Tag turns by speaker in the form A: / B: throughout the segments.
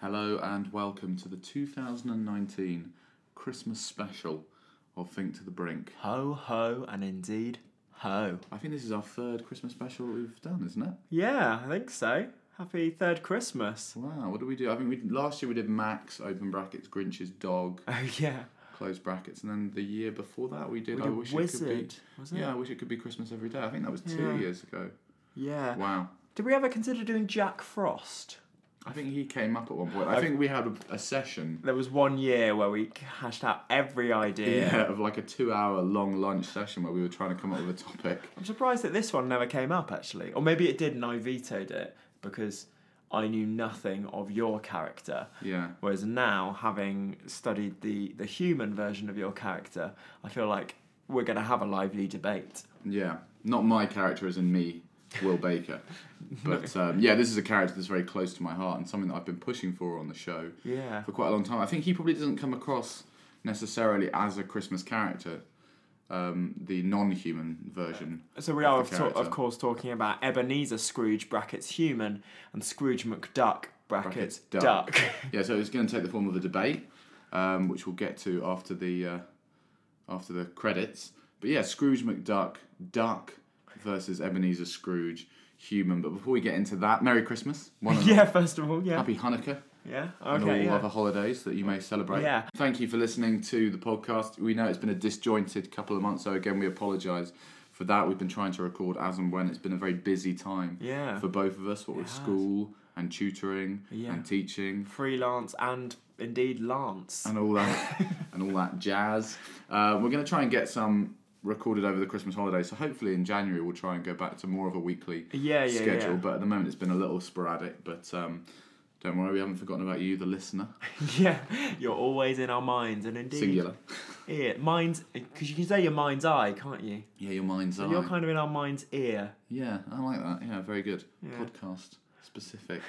A: Hello and welcome to the 2019 Christmas special of Think to the Brink.
B: Ho, ho, and indeed, ho.
A: I think this is our third Christmas special we've done, isn't it?
B: Yeah, I think so. Happy third Christmas.
A: Wow, what do we do? I think we last year we did Max open brackets Grinch's dog
B: Oh, yeah.
A: close brackets, and then the year before that we did.
B: We
A: I
B: did
A: wish
B: Wizard,
A: it could
B: was
A: be.
B: it?
A: Yeah, I wish it could be Christmas every day. I think that was two
B: Yeah.
A: years ago.
B: Yeah.
A: Wow.
B: Did we ever consider doing Jack Frost?
A: I think he came up at one point. I think we had a, a session.
B: There was one year where we hashed out every idea.
A: Yeah, of like a two-hour long lunch session where we were trying to come up with a topic.
B: I'm surprised that this one never came up, actually. Or maybe it did and I vetoed it because I knew nothing of your character.
A: Yeah.
B: Whereas now, having studied the, the human version of your character, I feel like we're going to have a lively debate.
A: Yeah, not my character as in me, Will Baker. But um, yeah, this is a character that's very close to my heart and something that I've been pushing for on the show
B: Yeah.
A: for quite a long time. I think he probably doesn't come across necessarily as a Christmas character, um, the non human version.
B: So we
A: of
B: are
A: the
B: of, to-
A: character.
B: of course talking about Ebenezer Scrooge brackets human and Scrooge McDuck
A: Brackets
B: brackets,
A: duck.
B: duck.
A: Yeah, so it's going to take the form of a debate, um, which we'll get to after the uh, after the credits. But yeah, Scrooge McDuck, Duck versus Ebenezer Scrooge, human. But before we get into that, Merry Christmas. One and all.
B: yeah, first of all, yeah.
A: Happy Hanukkah.
B: yeah.
A: and all
B: Okay. Yeah.
A: other holidays that you may celebrate.
B: Yeah.
A: Thank you for listening to the podcast. We know it's been a disjointed couple of months, so again, we apologise for that. We've been trying to record as and when. It's been a very busy time
B: Yeah.
A: for both of us, what with
B: has.
A: school and tutoring
B: Yeah.
A: and teaching
B: Freelance and indeed Lance.
A: and all that and all that jazz. Uh, we're going to try and get some recorded over the Christmas holidays. So hopefully in January we'll try and go back to more of a weekly
B: Yeah, yeah,
A: schedule.
B: yeah.
A: But at the moment it's been a little sporadic. But um, don't worry, we haven't forgotten about you, the listener.
B: yeah. You're always in our minds and indeed.
A: Singular.
B: Ear. Minds, because you can say your mind's eye, can't you?
A: Yeah, your mind's
B: So
A: eye.
B: you're kind of in our mind's ear.
A: Yeah, I like that. Yeah, very good.
B: Yeah.
A: Podcast specific.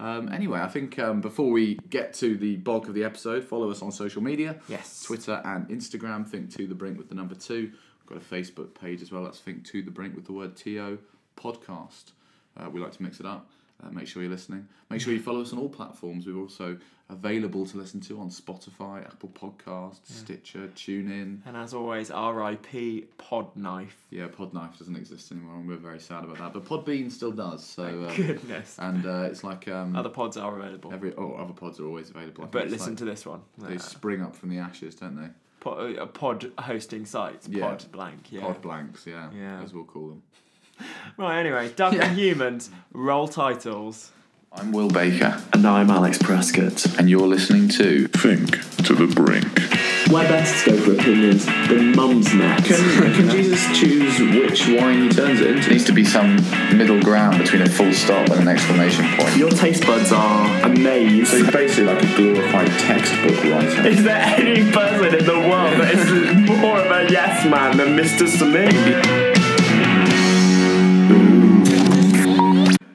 A: Um, anyway, I think um, before we get to the bulk of the episode, follow us on social media
B: Yes.
A: Twitter and Instagram, Think to the Brink with the number two. We've got a Facebook page as well. That's Think to the Brink with the word TO podcast. Uh, we like to mix it up. Uh, make sure you're listening. Make sure you follow us on all platforms. We're also available to listen to on Spotify, Apple Podcasts, Stitcher, TuneIn.
B: And as always, R.I.P. Podknife.
A: Yeah, Podknife doesn't exist anymore, and we're very sad about that. But Podbean still does. So,
B: Thank
A: uh,
B: goodness.
A: and uh, it's like um,
B: Other pods are available.
A: every oh, other pods are always available. I think
B: But
A: it's
B: listen
A: like
B: to this one.
A: they
B: Uh,
A: spring up from the ashes, don't they?
B: pod, uh, pod hosting sites.
A: Yeah.
B: Pod blank. Yeah.
A: Pod blanks, yeah,
B: Yeah.
A: as we'll call them.
B: Right. Anyway, Duck
A: Yeah.
B: and Humans. Roll titles.
A: I'm Will Baker,
B: And I'm Alex Prescott.
A: and you're listening to
C: Think to the brink.
D: My best go for opinions, the mum's neck.
E: Can, can Jesus choose which wine he turns it into?
F: needs to be some middle ground between a full stop and an exclamation point.
D: Your taste buds are amazed.
E: So he's basically like a glorified textbook writer.
D: Is there any person in the world that is more of a yes man than Mr. Samir?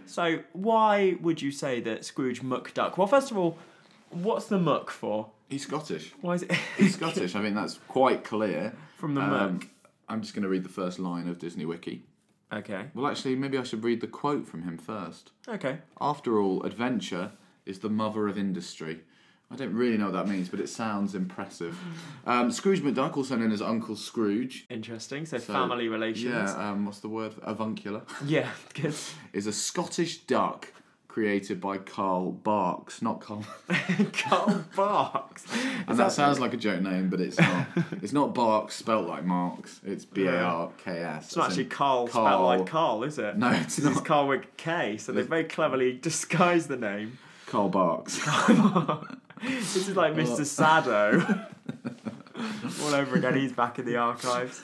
B: So why would you say that Scrooge McDuck? Well, first of all, what's the muck for?
A: He's Scottish.
B: Why is it?
A: He's Scottish. I mean, that's quite clear
B: From the
A: Um, I'm just going to read the first line of Disney Wiki.
B: okay.
A: Well, actually, maybe I should read the quote from him first.
B: Okay.
A: After all, adventure is the mother of industry. I don't really know what that means, but it sounds impressive. Um, Scrooge McDuck, also known as Uncle Scrooge.
B: Interesting. So,
A: so-
B: family relations.
A: Yeah, um, what's the word? Avuncular.
B: Yeah. Good.
A: is a Scottish duck created by Carl Barks, not Carl.
B: Carl Barks.
A: And that sounds like a joke name, but it's not. it's not Barks spelt like Marks. It's B A R K S.
B: It's not actually Carl, spelled like Carl, is it?
A: No, it's
B: This is
A: not.
B: Carl with K, so they very cleverly disguised the name.
A: Carl Barks.
B: This is like Mr. Sado. All over again, he's back in the archives.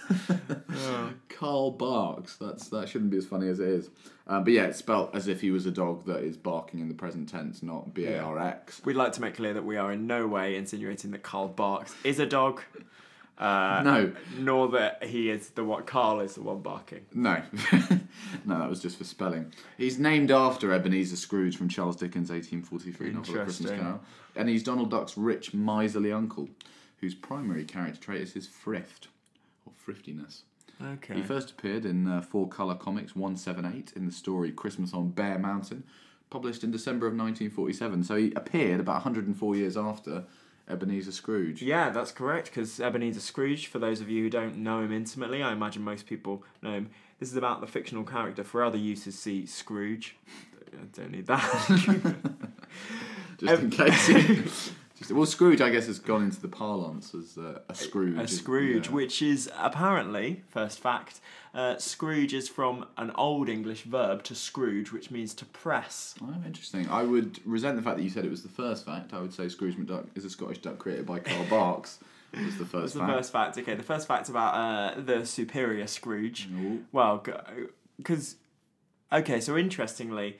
A: Carl barks. That's that shouldn't be as funny as it is. Uh, but yeah, it's spelt as if he was a dog that is barking in the present tense, not B A R X.
B: We'd like to make clear that we are in no way insinuating that Carl Barks is a dog, uh,
A: No,
B: nor that he is the what Carl is the one barking.
A: no, no. That was just for spelling. He's named after Ebenezer Scrooge from Charles Dickens' 1843 novel *A Christmas
B: Interesting.
A: Carol*, and he's Donald Duck's rich, miserly uncle, whose primary character trait is his thrift or thriftiness.
B: Okay.
A: He first appeared in uh, four color comics 178 in the story Christmas on Bear Mountain, published in December of 1947. So he appeared about 104 years after Ebenezer Scrooge.
B: Yeah, that's correct, because Ebenezer Scrooge, for those of you who don't know him intimately, I imagine most people know him. This is about the fictional character. For other uses, see Scrooge. I don't need that.
A: Just in case. he- just, well, Scrooge, I guess, has gone into the parlance as uh, a Scrooge.
B: a Scrooge,
A: Yeah.
B: which is apparently, first fact, uh, Scrooge is from an old English verb to scrooge, which means to press.
A: Oh, interesting. I would resent the fact that you said it was the first fact. I would say Scrooge McDuck is a Scottish duck created by Carl Barks. was the first
B: That's the
A: fact.
B: first fact. Okay, the first fact about uh, the superior Scrooge.
A: No.
B: Well, because okay, so interestingly,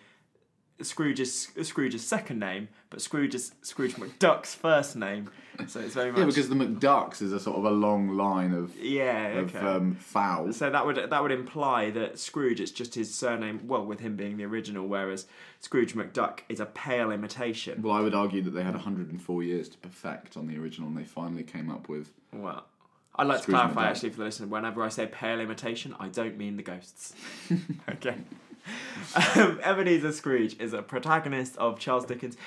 B: Scrooge's Scrooge's second name, but Scrooge's Scrooge McDuck's first name. So it's very much
A: Yeah, because the McDucks is a sort of a long line of
B: yeah.
A: of
B: Okay.
A: um, fowl.
B: so that would that would imply that Scrooge it's just his surname. Well, with him being the original, whereas Scrooge McDuck is a pale imitation.
A: Well, I would argue that they had 104 years to perfect on the original, and they finally came up with.
B: Well, I'd like
A: Scrooge
B: to clarify
A: McDuck.
B: actually for the listener whenever I say pale imitation, I don't mean the ghosts. okay. Um, Ebenezer Scrooge is a protagonist of Charles Dickens'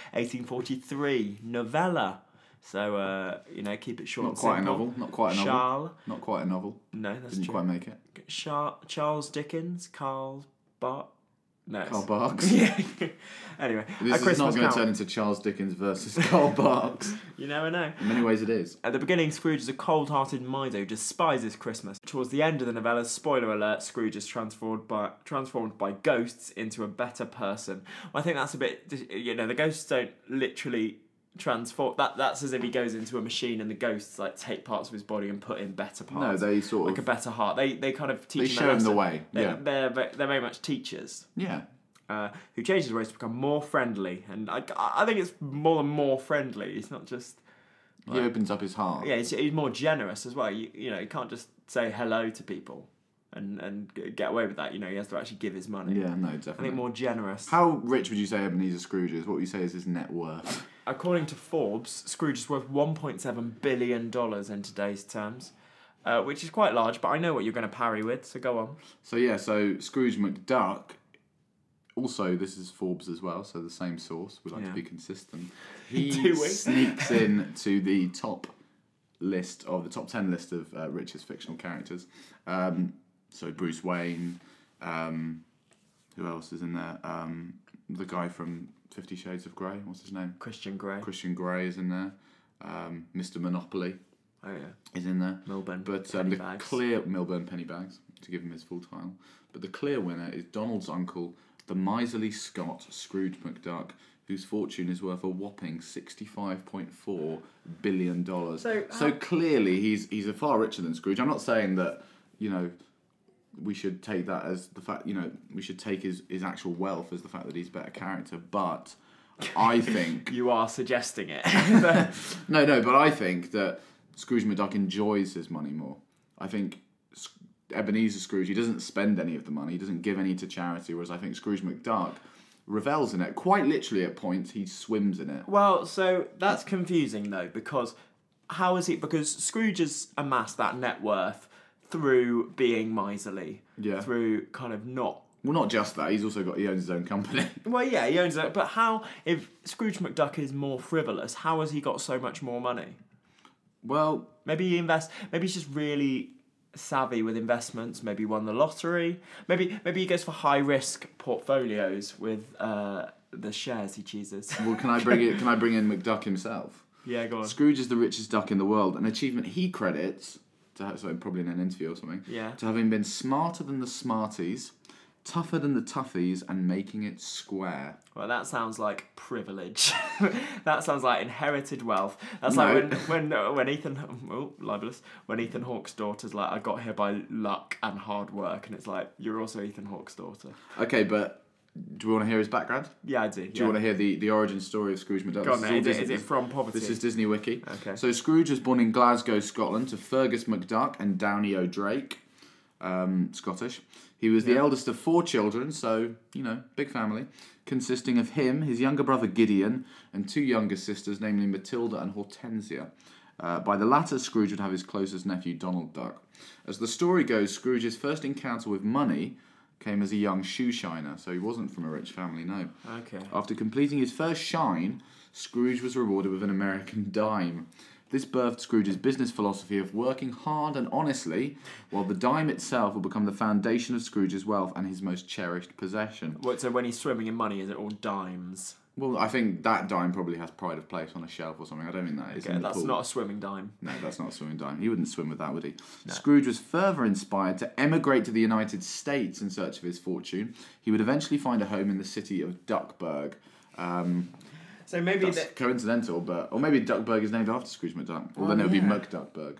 B: 1843 novella. So, uh, you know, keep it short.
A: Not
B: and
A: quite a
B: simple.
A: novel. Not quite a novel.
B: Charles.
A: Not quite a novel.
B: No, that's
A: Didn't
B: true.
A: quite make it.
B: Char- Charles Dickens, Carl Bart. No. it's-
A: Carl Barks.
B: yeah. anyway,
A: This
B: a
A: is not going
B: Christmas Carol.
A: to turn into Charles Dickens versus Carl Barks.
B: You never know.
A: In many ways, it is.
B: At the beginning, Scrooge is a cold hearted Mido who despises Christmas. Towards the end of the novella, spoiler alert, Scrooge is transformed by, transformed by ghosts into a better person. Well, I think that's a bit, you know, the ghosts don't literally transform. That That's as if he goes into a machine and the ghosts, like, take parts of his body and put in better
A: No,
B: parts.
A: they sort
B: like a
A: of.
B: better heart. They, they kind of teach
A: They
B: him
A: show
B: a
A: him the
B: lesson.
A: way.
B: They-
A: Yeah.
B: They're, ve- they're very much teachers
A: Yeah.
B: uh, who changes ways to become more friendly. And I, I think it's more than more friendly. It's not just
A: He opens up his heart.
B: yeah, he's, he's more generous as well. You, you know, he can't just say hello to people and and g- get away with that. You know, he has to actually give his money.
A: Yeah, no,
B: I
A: definitely.
B: think more generous.
A: How rich would you say Ebenezer Scrooge is? What would you say is his net worth?
B: According to Forbes, Scrooge is worth 1.7 billion dollars in today's terms, uh, which is quite large. But I know what you're going to parry with, so go on.
A: so yeah, so Scrooge McDuck. Also, this is Forbes as well, so the same source. We like
B: Yeah.
A: to be consistent. He
B: Do we?
A: sneaks in to the top list of the top ten list of uh, richest fictional characters. Um, so Bruce Wayne. Um, who else is in there? Um, the guy from Fifty Shades of Grey. What's his name?
B: Christian Grey.
A: Christian Grey is in there. Um, Mr. Monopoly
B: oh yeah,
A: is in there.
B: Melbourne.
A: But um, the
B: Pennybags.
A: clear Milburn Pennybags to give him his full title. But the clear winner is Donald's uncle, the miserly Scot Scrooge McDuck, whose fortune is worth a whopping sixty-five point four billion dollars.
B: So, how-
A: clearly, he's he's a far richer than Scrooge. I'm not saying that you know we should take that as the fact you know we should take his his actual wealth as the fact that he's a better character, but. I think
B: you are suggesting it.
A: no, no, but I think that Scrooge McDuck enjoys his money more. I think S- Ebenezer Scrooge, he doesn't spend any of the money, he doesn't give any to charity, whereas I think Scrooge McDuck revels in it. Quite literally, at points, he swims in it.
B: Well, so that's confusing though, because how is he? Because Scrooge has amassed that net worth through being miserly,
A: Yeah.
B: through kind of not.
A: Well, not just that, he's also got, he owns his own company.
B: Well, yeah, he owns it, but how? If Scrooge McDuck is more frivolous, how has he got so much more money?
A: well,
B: Maybe he invests. Maybe he's just really savvy with investments. Maybe he won the lottery. Maybe maybe he goes for high risk portfolios with uh, the shares he chooses.
A: well, can I bring it, can I bring in McDuck himself?
B: yeah, go on.
A: Scrooge is the richest duck in the world, an achievement he credits to ha- so probably in an interview or something.
B: Yeah.
A: To having been smarter than the smarties, tougher than the toughies, and making it square.
B: Well, that sounds like privilege. that sounds like inherited wealth. That's
A: No.
B: like when when uh, when Ethan oh, libelous when Ethan Hawke's daughter's like I got here by luck and hard work, and it's like you're also Ethan Hawke's daughter.
A: Okay, but do we want to hear his background?
B: Yeah, I do.
A: Do you want to hear the, the origin story of Scrooge McDuck?
B: Go
A: This
B: on, then.
A: all
B: Is it-
A: Disney-
B: is it from poverty?
A: This is Disney Wiki.
B: Okay.
A: So Scrooge was born in Glasgow, Scotland, to Fergus McDuck and Downey O'Drake, um, Scottish. He was the eldest of four children, so you know, big family, consisting of him, his younger brother Gideon, and two younger sisters, namely Matilda and Hortensia. Uh, by the latter, Scrooge would have his closest nephew, Donald Duck. As the story goes, Scrooge's first encounter with money came as a young shoe shiner, so he wasn't from a rich family, no.
B: Okay.
A: After completing his first shine, Scrooge was rewarded with an American dime. This birthed Scrooge's business philosophy of working hard and honestly, while the dime itself will become the foundation of Scrooge's wealth and his most cherished possession.
B: What, so when he's swimming in money, is it all dimes?
A: Well, I think that dime probably has pride of place on a shelf or something. I don't think that is.
B: Okay,
A: in the
B: that's
A: pool.
B: not a swimming dime.
A: No, that's not a swimming dime. He wouldn't swim with that, would he? Scrooge was further inspired to emigrate to the United States in search of his fortune. He would eventually find a home in the city of Duckburg. Um,
B: So maybe
A: that's
B: that.
A: coincidental, but or maybe Duckburg is named after Scrooge McDuck. Well,
B: Oh,
A: then it would
B: yeah.
A: be Mug Duckburg.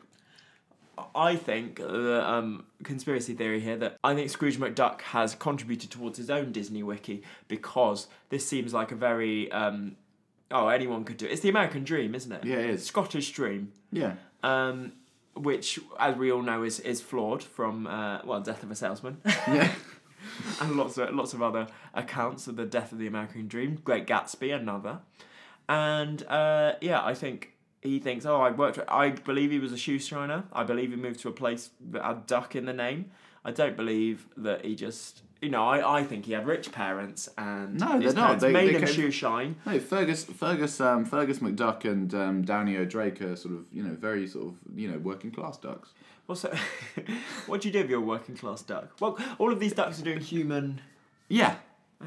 B: I think the um, conspiracy theory here that I think Scrooge McDuck has contributed towards his own Disney wiki because this seems like a very um, oh anyone could do it. It's the American dream, isn't it?
A: Yeah, it is.
B: Scottish dream,
A: Yeah,
B: um, which as we all know is is flawed from uh, well Death of a Salesman
A: yeah.
B: and lots of lots of other accounts of the death of the American dream. Great Gatsby, another, and uh, yeah, I think he thinks, oh, I worked. I believe he was a shoestriner. I believe he moved to a place that had duck in the name. I don't believe that he just. You know, I, I think he had rich parents and
A: No,
B: his
A: they're not.
B: parents
A: They-
B: made
A: they
B: him
A: came-
B: shoe shine.
A: No, Fergus, Fergus, um, Fergus McDuck and um, Downey O'Drake are sort of you know very sort of you know working class ducks.
B: Also, what do you do if you're a working class duck? Well, all of these ducks are doing human.
A: Yeah,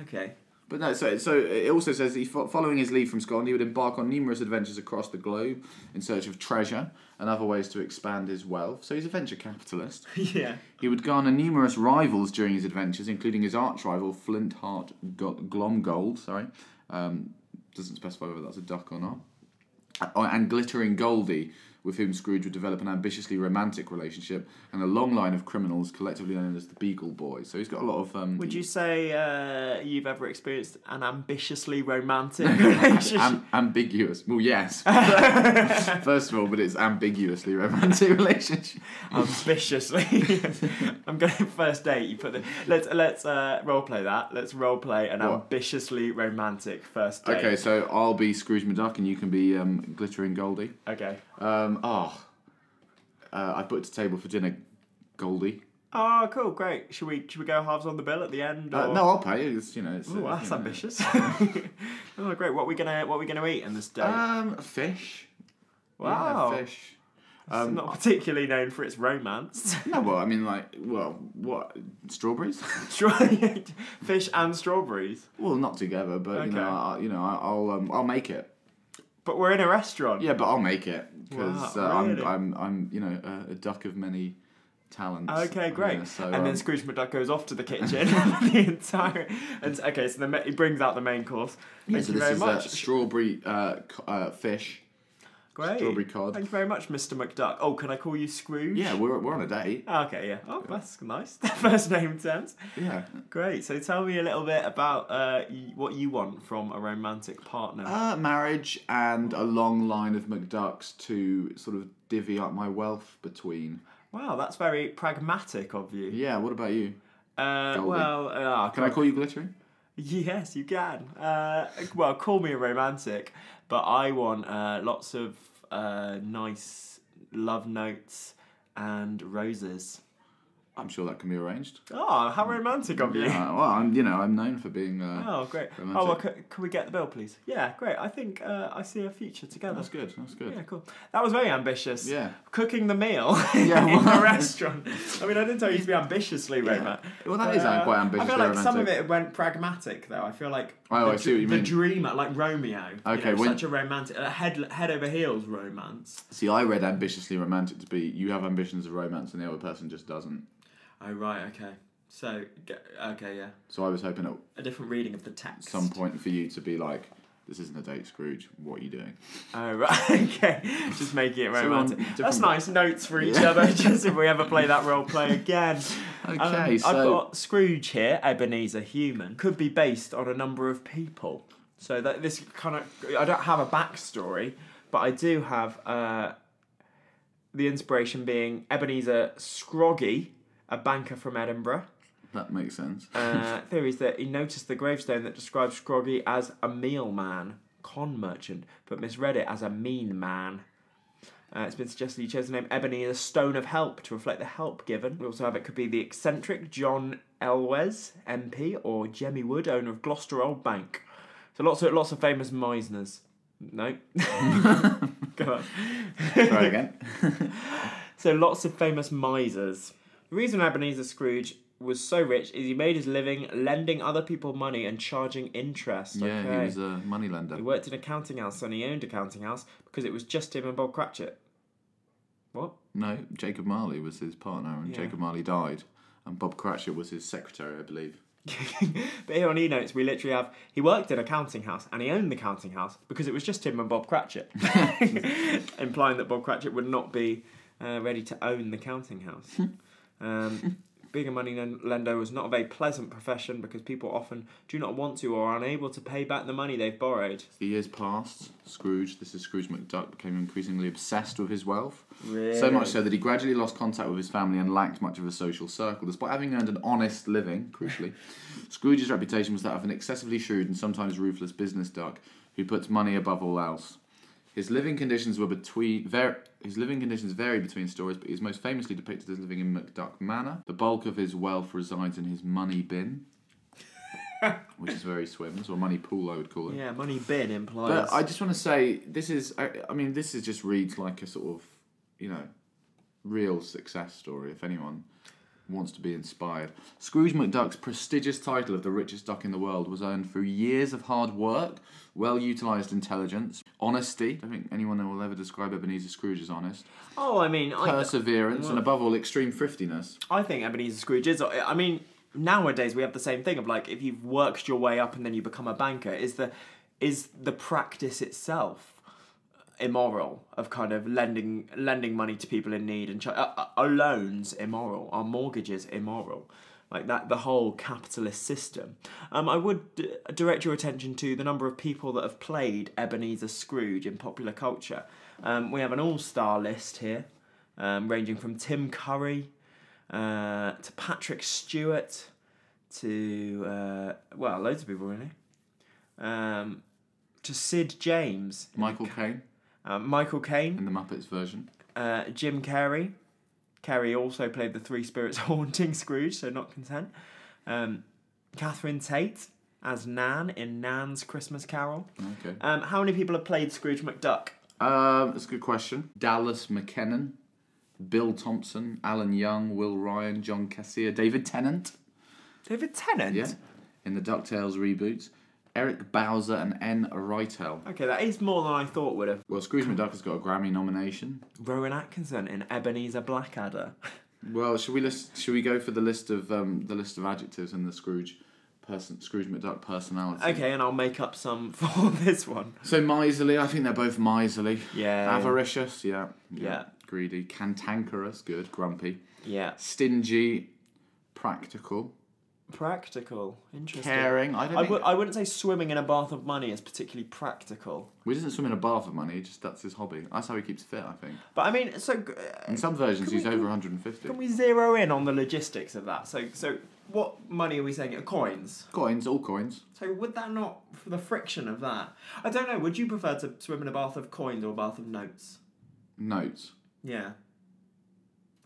B: Okay.
A: But no, so, so it also says he, fo- following his lead from Scotland, he would embark on numerous adventures across the globe in search of treasure and other ways to expand his wealth. So he's a venture capitalist.
B: Yeah.
A: he would garner numerous rivals during his adventures, including his arch rival Flint Heart Go- Glomgold. Sorry, um, doesn't specify whether that's a duck or not. Oh, and glittering Goldie, with whom Scrooge would develop an ambitiously romantic relationship, and a long line of criminals collectively known as the Beagle Boys. So he's got a lot of. Um,
B: Would you say uh, you've ever experienced an ambitiously romantic relationship?
A: Am- ambiguous. Well, yes. First of all, but it's ambiguously romantic relationship.
B: ambitiously. I'm going first date. You put the let's let's uh, role play that. Let's role play an
A: What?
B: ambitiously romantic first date.
A: Okay, so I'll be Scrooge McDuck and you can be um, Glittering Goldie.
B: Okay.
A: Um, oh, uh, I booked a table for dinner, Goldie.
B: Oh, cool, great. Should we should we go halves on the bill at the end? Or?
A: Uh, no, I'll pay. It's you know. It's,
B: Oh. Ooh, that's
A: you know.
B: ambitious. oh, great. What are we gonna what are we gonna eat in this date?
A: Um, fish.
B: wow.
A: Yeah, fish. Um,
B: It's not particularly known for its romance.
A: No, well, I mean, like, well, what strawberries?
B: Fish and strawberries.
A: well, not together, but you know,
B: Okay.
A: I, you know, I, I'll um, I'll make it.
B: But we're in a restaurant.
A: Yeah, but I'll make it because
B: Wow,
A: uh,
B: really?
A: I'm, I'm, I'm, you know, uh, a duck of many talents.
B: Okay,
A: you
B: great.
A: know, so,
B: and
A: um,
B: then Scrooge McDuck goes off to the kitchen the entire. And okay, so the, ma- he brings out the main course.
A: yeah,
B: Thank
A: so
B: you
A: this
B: very
A: is
B: much.
A: Uh, strawberry uh, co- uh, fish.
B: great.
A: strawberry cod.
B: Thank you very much, Mr. McDuck. Oh, can I call you Scrooge?
A: Yeah, we're we're on a date.
B: Okay, yeah. Oh, that's nice. First name sense.
A: Yeah.
B: Great. So tell me a little bit about uh, y- what you want from a romantic partner.
A: Uh, marriage and a long line of McDucks to sort of divvy up my wealth between.
B: wow, that's very pragmatic of you.
A: Yeah. What about you?
B: Uh,
A: Goldie.
B: well, uh,
A: Can I call you glittering?
B: Yes, you can. Uh, well, call me a romantic, but I want uh, lots of uh, nice love notes and roses.
A: I'm sure that can be arranged.
B: Oh, how romantic of you!
A: Uh, well, I'm you know I'm known for being. Uh,
B: Oh, great. Oh, well,
A: Romantic.
B: c- can we get the bill, please? Yeah, great. I think uh, I see a future together.
A: That's good. That's good.
B: Yeah, cool. That was very ambitious.
A: Yeah.
B: Cooking the meal
A: Yeah,
B: in the
A: well-
B: restaurant. I mean, I didn't tell you to be ambitiously romantic.
A: Well, that is
B: Uh,
A: quite
B: I
A: ambitious.
B: feel like some of
A: romantic.
B: it went pragmatic, though. I feel like
A: Oh,
B: the,
A: I see what you
B: the
A: mean.
B: dreamer, like Romeo.
A: Okay,
B: you know,
A: when-
B: such a romantic, a head head over heels romance.
A: See, I read ambitiously romantic to be you have ambitions of romance and the other person just doesn't.
B: Oh right, okay. So g- okay, yeah,
A: So I was hoping at
B: a different reading of the text.
A: some point for you to be like, this isn't a date, Scrooge. What are you doing?
B: Oh right, okay. Just making it
A: So we're on
B: romantic. That's
A: different-
B: nice notes for each
A: Yeah.
B: other. Just if we ever play that role play again.
A: Okay,
B: Um, I've
A: so
B: got Scrooge here, Ebenezer Human, could be based on a number of people. So that this kind of I don't have a backstory, but I do have uh, the inspiration being Ebenezer Scroggy, a banker from Edinburgh.
A: that makes sense.
B: Uh, theories that he noticed the gravestone that describes Scroggy as a meal man, con merchant, but misread it as a mean man. Uh, it's been suggested he chose the name Ebony as a stone of help to reflect the help given. We also have it could be the eccentric John Elwes, MP, or Jemmy Wood, owner of Gloucester Old Bank. So lots of lots of famous Meisners. No. Go on.
A: Try again.
B: So lots of famous misers. The reason Ebenezer Scrooge was so rich is he made his living lending other people money and charging interest.
A: Yeah,
B: okay.
A: he was a moneylender.
B: He worked in a counting house and he owned a counting house because it was just him and Bob Cratchit. What?
A: No, Jacob Marley was his partner, and
B: Yeah.
A: Jacob Marley died, and Bob Cratchit was his secretary, I believe.
B: but here on E Notes, we literally have he worked in a counting house and he owned the counting house because it was just him and Bob Cratchit, implying that Bob Cratchit would not be uh, ready to own the counting house.
A: Hmm.
B: Um, being a money len- lender was not a very pleasant profession because people often do not want to or are unable to pay back the money they've borrowed.
A: The years passed. Scrooge, this is Scrooge McDuck, became increasingly obsessed with his wealth. So
B: Really?
A: much so that he gradually lost contact with his family and lacked much of a social circle. Despite having earned an honest living, crucially, Scrooge's reputation was that of an excessively shrewd and sometimes ruthless business duck who puts money above all else. His living conditions were between ver- his living conditions vary between stories, but he is most famously depicted as living in McDuck Manor. The bulk of his wealth resides in his money bin, which is where he swims, or money pool, I would call it.
B: Yeah, money bin implies.
A: But I just want to say this is. I, I mean, this is just reads like a sort of, you know, real success story. If anyone wants to be inspired, Scrooge McDuck's prestigious title of the richest duck in the world was earned through years of hard work, well utilized intelligence, honesty. I don't think anyone will ever describe Ebenezer Scrooge as honest,
B: oh, I mean, I,
A: perseverance, and above all, extreme thriftiness.
B: I think Ebenezer Scrooge is. uh, I mean, nowadays we have the same thing of like if you've worked your way up and then you become a banker, is the is the practice itself immoral of kind of lending lending money to people in need and ch- uh, uh, are loans immoral? Are mortgages immoral? Like that, the whole capitalist system. Um, I would d- direct your attention to the number of people that have played Ebenezer Scrooge in popular culture. Um, we have an all-star list here, um, ranging from Tim Curry, uh, to Patrick Stewart, to uh, well, loads of people really, um, to Sid James,
A: Michael Caine
B: uh, Michael
A: in
B: Caine,
A: the Muppets version.
B: uh, Jim Carrey. Carrey also played the Three Spirits haunting Scrooge, so not content. Um, Catherine Tate as Nan in Nan's Christmas Carol.
A: Okay,
B: Um, how many people have played Scrooge McDuck?
A: um, that's a good question. Dallas McKinnon. Bill Thompson, Alan Young, Will Ryan, John Cassia, David Tennant.
B: David Tennant.
A: Yeah. In the DuckTales reboot, Eric Bowser and N. Rytel.
B: Okay, that is more than I thought would have.
A: Well, Scrooge McDuck has got a Grammy nomination.
B: Rowan Atkinson in Ebenezer Blackadder.
A: Well, should we list? Should we go for the list of um, the list of adjectives and the Scrooge person, Scrooge McDuck personality?
B: Okay, and I'll make up some for this one.
A: So miserly, I think they're both miserly.
B: Yeah.
A: Avaricious, yeah.
B: Um, Yeah.
A: Greedy, cantankerous, good, grumpy,
B: Yeah.
A: stingy, practical,
B: Practical. Interesting.
A: caring. I don't.
B: I,
A: think-
B: w- I wouldn't say swimming in a bath of money is particularly practical.
A: Well, he doesn't swim in a bath of money. he Just that's his hobby. That's how he keeps fit, I think.
B: But I mean, so g- uh,
A: In some versions,
B: Can
A: he's
B: we-
A: over 150.
B: can we zero in on the logistics of that? So, so what money are we saying? Uh, Coins.
A: Coins, all coins.
B: So would that not for the friction of that? I don't know. Would you prefer to swim in a bath of coins or a bath of notes?
A: Notes.
B: Yeah.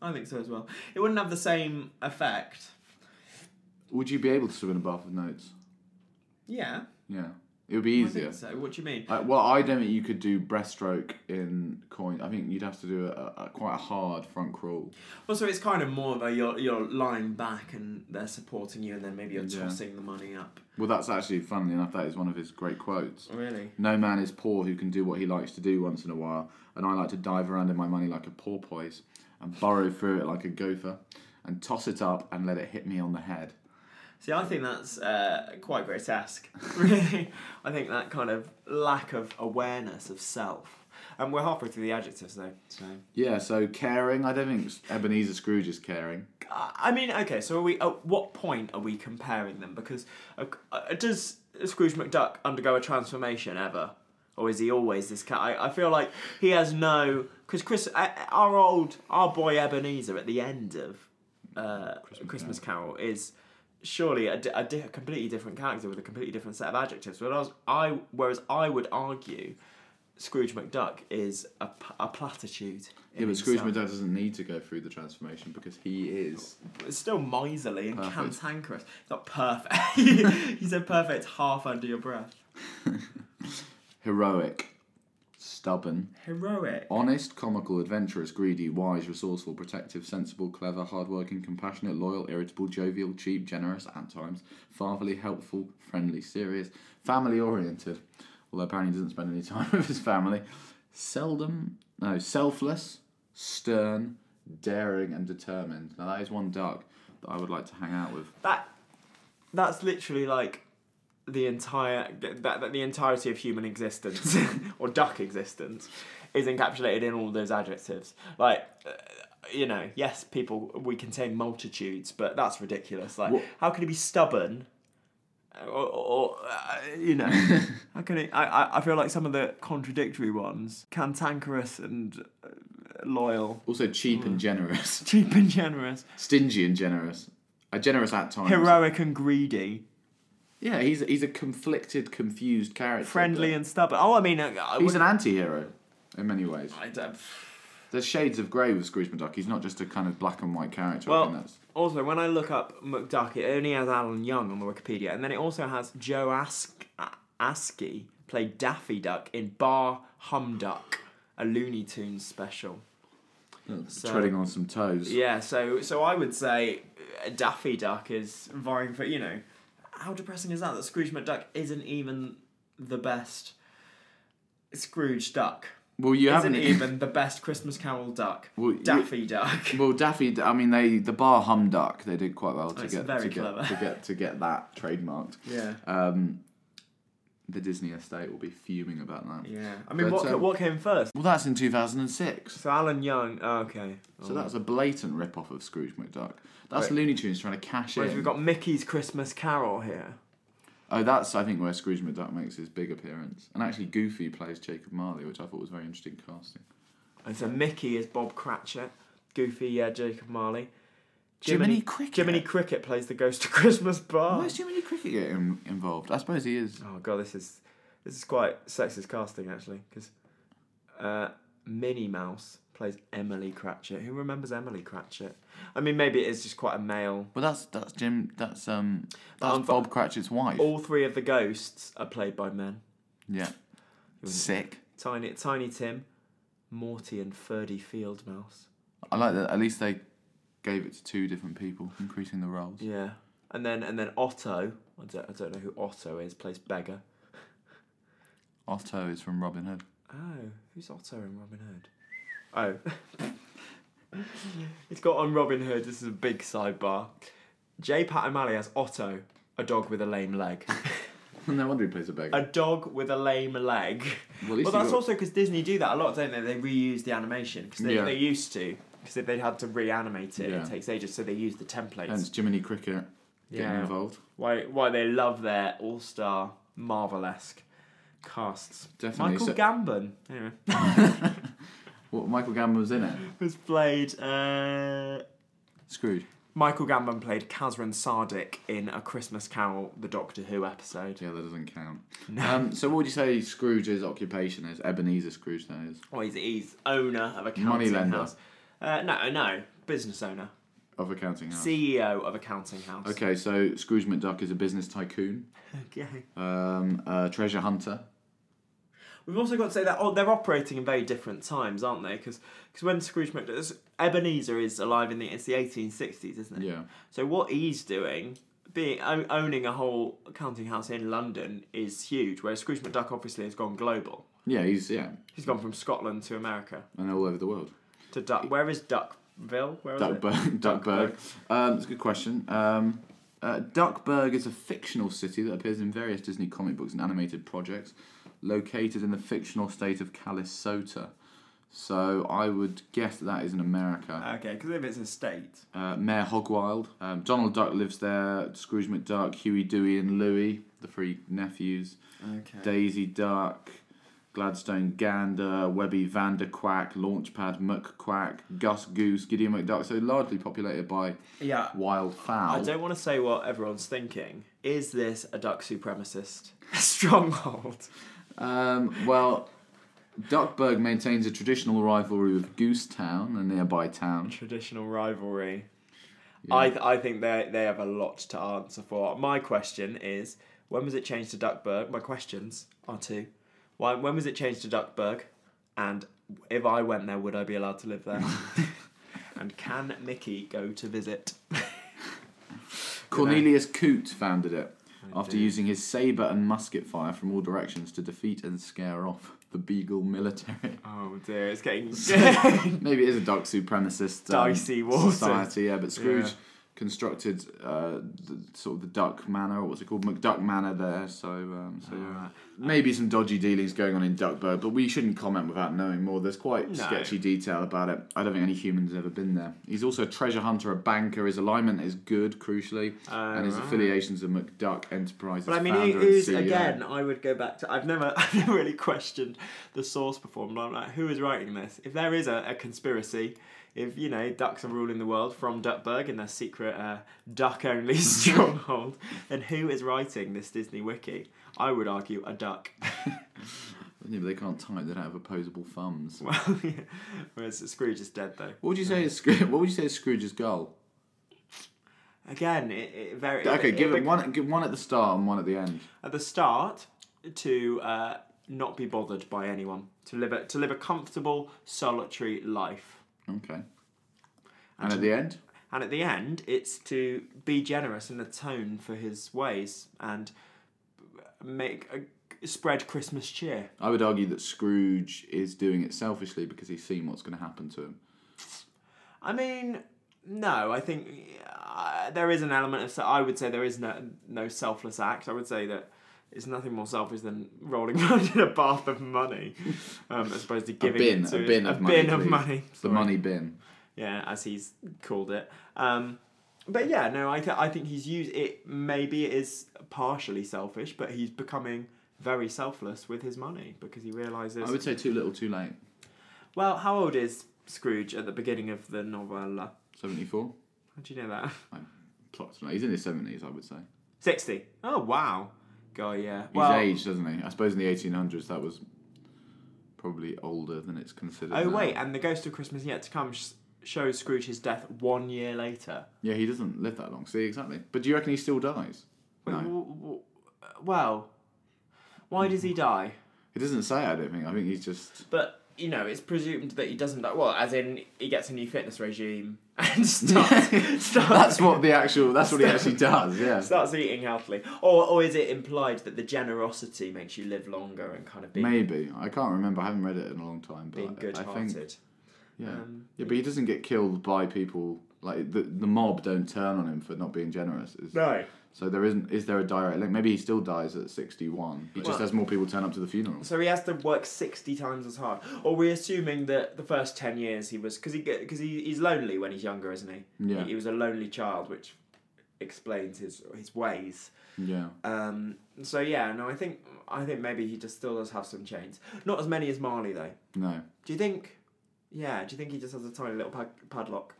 B: I think so as well. It wouldn't have the same effect.
A: Would you be able to swim in a bath of notes?
B: Yeah.
A: Yeah, it would be
B: I
A: easier.
B: think so. What do you mean?
A: Uh, well, I don't think you could do breaststroke in coin. I think you'd have to do a, a, a quite a hard front crawl.
B: Well, so it's kind of more though you're you're lying back and they're supporting you, and then maybe you're
A: Yeah.
B: tossing the money up.
A: Well, that's actually, funnily enough, that is one of his great quotes.
B: Really?
A: No man is poor who can do what he likes to do once in a while, and I like to dive around in my money like a porpoise and burrow through it like a gopher and toss it up and let it hit me on the head.
B: See, I think that's uh, quite grotesque. Really, I think that kind of lack of awareness of self. And we're halfway through the adjectives though, so.
A: Yeah, so caring. I don't think Ebenezer Scrooge is caring.
B: I I mean, okay. So, are we? At what point are we comparing them? Because uh, uh, does Scrooge McDuck undergo a transformation ever, or is he always this cat? I, I feel like he has no. Because Chris, uh, our old, our boy Ebenezer at the end of uh, Christmas, Carol. is surely a, di- a, di- a completely different character with a completely different set of adjectives. Whereas I, whereas I would argue Scrooge McDuck is a, p- a platitude. in
A: Yeah, but Scrooge
B: himself.
A: McDuck doesn't need to go through the transformation because he is.
B: It's still miserly and
A: Perfect.
B: cantankerous. It's not perfect. he said perfect half under your breath.
A: heroic, stubborn,
B: Heroic.
A: honest, comical, adventurous, greedy, wise, resourceful, protective, sensible, clever, hardworking, compassionate, loyal, irritable, jovial, cheap, generous at times, fatherly, helpful, friendly, serious, family oriented, although apparently he doesn't spend any time with his family, seldom, no, selfless, stern, daring, and determined. Now that is one duck that I would like to hang out with.
B: That that's literally like the entire that, that the entirety of human existence or duck existence is encapsulated in all those adjectives. Like uh, you know, yes, people we contain multitudes, but that's ridiculous. Like
A: What-
B: how can he be stubborn? Or, or uh, you know, how can it? I I- I feel like some of the contradictory ones, cantankerous and uh, loyal,
A: Also cheap and generous,
B: cheap and generous,
A: stingy and generous, uh, generous at times.
B: heroic and greedy,
A: Yeah, he's he's a conflicted, confused character.
B: friendly
A: but
B: and stubborn. Oh, I mean, I, I
A: he's an
B: wouldn't-
A: anti-hero in many ways.
B: I don't-
A: There's shades of grey with Scrooge McDuck. He's not just a kind of black and white character. I think
B: Well,
A: that's
B: also when I look up McDuck, it only has Alan Young on the Wikipedia, and then it also has Joe Ask Askey played Daffy Duck in Bar Humduck, a Looney Tunes special. So-
A: treading on some toes.
B: Yeah, so so I would say uh, Daffy Duck is vying for you know how depressing is that that Scrooge McDuck isn't even the best Scrooge Duck.
A: Well, you
B: Isn't
A: haven't
B: even the best Christmas Carol duck.
A: Well, you-
B: Daffy Duck.
A: Well, Daffy. I mean, they the bar Humduck. They did quite well to
B: Oh, it's
A: get to
B: very
A: get,
B: clever.
A: to get to get that trademarked.
B: Yeah.
A: Um, the Disney estate will be fuming about that.
B: Yeah. I mean,
A: But,
B: what, ca-
A: um,
B: what came first?
A: Well, that's in 2006.
B: So Alan Young. Oh, okay.
A: So that's a blatant rip-off of Scrooge McDuck. That's Looney Tunes trying to cash
B: Whereas
A: in.
B: we've got Mickey's Christmas Carol here.
A: Oh, that's I think where Scrooge McDuck makes his big appearance, and actually Goofy plays Jacob Marley, which I thought was very interesting casting.
B: And so Mickey is Bob Cratchit, Goofy uh, Jacob Marley.
A: Jiminy Cricket.
B: Jiminy oh. Cricket plays the Ghost of Christmas Bar.
A: Where's Jiminy Cricket get in- involved? I suppose he is.
B: Oh god, this is this is quite sexist casting actually, because uh, Minnie Mouse plays Emily Cratchit. Who remembers Emily Cratchit? I mean, maybe it is just quite a male.
A: Well, that's that's Jim. That's um. That's
B: Um,
A: Bob Cratchit's wife.
B: All three of the ghosts are played by men.
A: Yeah. Sick.
B: Tiny, Tiny Tim, Morty, and Ferdy Field Mouse.
A: I like that. At least they gave it to two different people, increasing the roles.
B: Yeah, and then and then Otto. I don't, I don't know who Otto is. Plays beggar.
A: Otto is from Robin Hood.
B: Oh, who's Otto in Robin Hood? Oh, it's got on Robin Hood. This is a big sidebar. J. Pat O'Malley as Otto, a dog with a lame leg.
A: no wonder he plays a beggar.
B: a dog with a lame leg.
A: Well, at
B: Well,
A: least he
B: that's
A: got-
B: also because Disney do that a lot, don't they? They reuse the animation because they,
A: Yeah.
B: they used to. Because if they had to reanimate it,
A: Yeah.
B: it takes ages. So they use the templates.
A: Hence Jiminy Cricket getting
B: Yeah.
A: involved.
B: why why they love their all star Marvel esque casts.
A: Definitely,
B: Michael
A: so-
B: Gambon anyway,
A: What Michael Gambon was in it?
B: was played. Uh...
A: Scrooge.
B: Michael Gambon played Kazran Sardik in a Christmas Carol, the Doctor Who episode.
A: Yeah, that doesn't count. Um, so what would you say Scrooge's occupation is? Ebenezer Scrooge, that is.
B: Well, he's, he's owner of a counting
A: Moneylender.
B: house. Uh, no, no, business owner,
A: Of accounting house.
B: CEO of a counting house.
A: Okay, so Scrooge McDuck is a business tycoon,
B: Okay.
A: um, a treasure hunter.
B: We've also got to say that oh, they're operating in very different times, aren't they? Because when Scrooge McDuck, Ebenezer is alive in the it's the 1860s, isn't it?
A: Yeah.
B: So what he's doing, being o- owning a whole counting house in London, is huge. Whereas Scrooge McDuck obviously has gone global.
A: Yeah, he's yeah,
B: He's gone from Scotland to America
A: and all over the world.
B: to Duck. Where is Duckville? Where is it?
A: Duckburg. Duckburg. Um, it's a good question. Um, uh, Duckburg is a fictional city that appears in various Disney comic books and animated projects, located in the fictional state of Calisota. So I would guess that, that is in America.
B: Okay, because if it's a state,
A: Uh, Mayor Hogwild. Um, Donald Duck lives there. Scrooge McDuck, Huey, Dewey, and Louie, the three nephews.
B: Okay.
A: Daisy Duck, Gladstone Gander, Webby Vanderquack, Launchpad McQuack, Gus Goose, Gideon McDuck. So largely populated by
B: yeah.
A: wild fowl.
B: I don't want to say what everyone's thinking. Is this a duck supremacist stronghold?
A: Um, well, Duckburg maintains a traditional rivalry with Goose Town, a nearby town.
B: traditional rivalry. I th- I think they they have a lot to answer for. My question is when was it changed to Duckburg? My questions are two. Why when was it changed to Duckburg? And if I went there, would I be allowed to live there? and can Mickey go to visit?
A: Cornelius Coote founded it after using his sabre and musket fire from all directions to defeat and scare off the Beagle military.
B: Oh dear, it's getting
A: Maybe it is a dark supremacist um,
B: Dicey waters.
A: society, yeah. But Scrooge
B: Yeah.
A: constructed uh, the, sort of the Duck Manor, or what's it called, McDuck Manor there. So, um,
B: Oh.
A: so yeah. maybe some dodgy dealings going on in Duckburg, but we shouldn't comment without knowing more. There's quite
B: No.
A: sketchy detail about it. I don't think any human's ever been there. He's also a treasure hunter, a banker. His alignment is good, crucially, and his
B: right.
A: affiliations are McDuck Enterprises.
B: Oh. But I mean,
A: founder
B: who-
A: and E
B: who's
A: CEO.
B: again? I would go back to. I've never, I've never really questioned the source before. But I'm like, who is writing this? If there is a, a conspiracy, if you know ducks are ruling the world from Duckburg in their secret uh, duck-only stronghold, then who is writing this Disney wiki? I would argue a duck.
A: Yeah, but they can't type. They don't have opposable thumbs.
B: well, yeah. whereas Scrooge is dead though.
A: What would you say is Scroo- What would you say is Scrooge's goal?
B: Again, it, it very.
A: Okay, give it
B: bec-
A: one, give one at the start and one at the end.
B: at the start to uh, not be bothered by anyone, to live a, to live a comfortable, solitary life.
A: Okay. And at the end,
B: And at the end, it's to be generous and atone for his ways and make a, spread Christmas cheer.
A: I would argue that Scrooge is doing it selfishly because he's seen what's going to happen to him.
B: I mean, no, I think uh, there is an element of. se- I would say there is no no selfless act. I would say that. It's nothing more selfish than rolling around in a bath of money, um, as opposed to
A: A
B: giving
A: bin,
B: it
A: a
B: to
A: bin of money.
B: bin of
A: please.
B: money.
A: The
B: Sorry.
A: money bin.
B: yeah, as he's called it. Um, but yeah, no, I, th- I think he's used it. Maybe it is partially selfish, but he's becoming very selfless with his money because he realizes.
A: I would say too little, too late.
B: Well, how old is Scrooge at the beginning of the novella?
A: Seventy-four.
B: How do you know that?
A: Plots. He's in his seventies, I would say.
B: Sixty. Oh wow, God, yeah.
A: He's
B: Well,
A: aged, doesn't he? I suppose in the eighteen hundreds that was probably older than it's considered.
B: Oh
A: now.
B: wait, and the Ghost of Christmas Yet to Come sh- shows Scrooge his death one year later.
A: Yeah, he doesn't live that long. See, exactly. But do you reckon he still dies?
B: Wait,
A: No, Mm-hmm.
B: w- w- well, why does he die?
A: it doesn't say. I don't think. I think he's just.
B: But you know, it's presumed that he doesn't. die- Well, as in, he gets a new fitness regime and starts starts,
A: That's what the actual. That's what he actually does. Yeah.
B: starts eating healthily. Or or is it implied that the generosity makes you live longer and kind of being
A: Maybe I can't remember. I haven't read it in a long time. But
B: being
A: I-
B: good
A: I think
B: hearted?
A: Yeah.
B: Um,
A: yeah, but he doesn't get killed by people like the the mob don't turn on him for not being generous. Is-
B: No.
A: So there isn't is there a direct link? Maybe he still dies at sixty one. He just
B: Well-
A: has more people turn up to the funeral.
B: So he has to work sixty times as hard. Or we're assuming that the first ten years he was because he because he, he's lonely when he's younger, isn't he?
A: Yeah.
B: He, he was a lonely child, which explains his his ways.
A: Yeah.
B: Um, so yeah, no, I think I think maybe he just still does have some chains. Not as many as Marley though.
A: No.
B: Do you think? Yeah. Do you think he just has a tiny little pad- padlock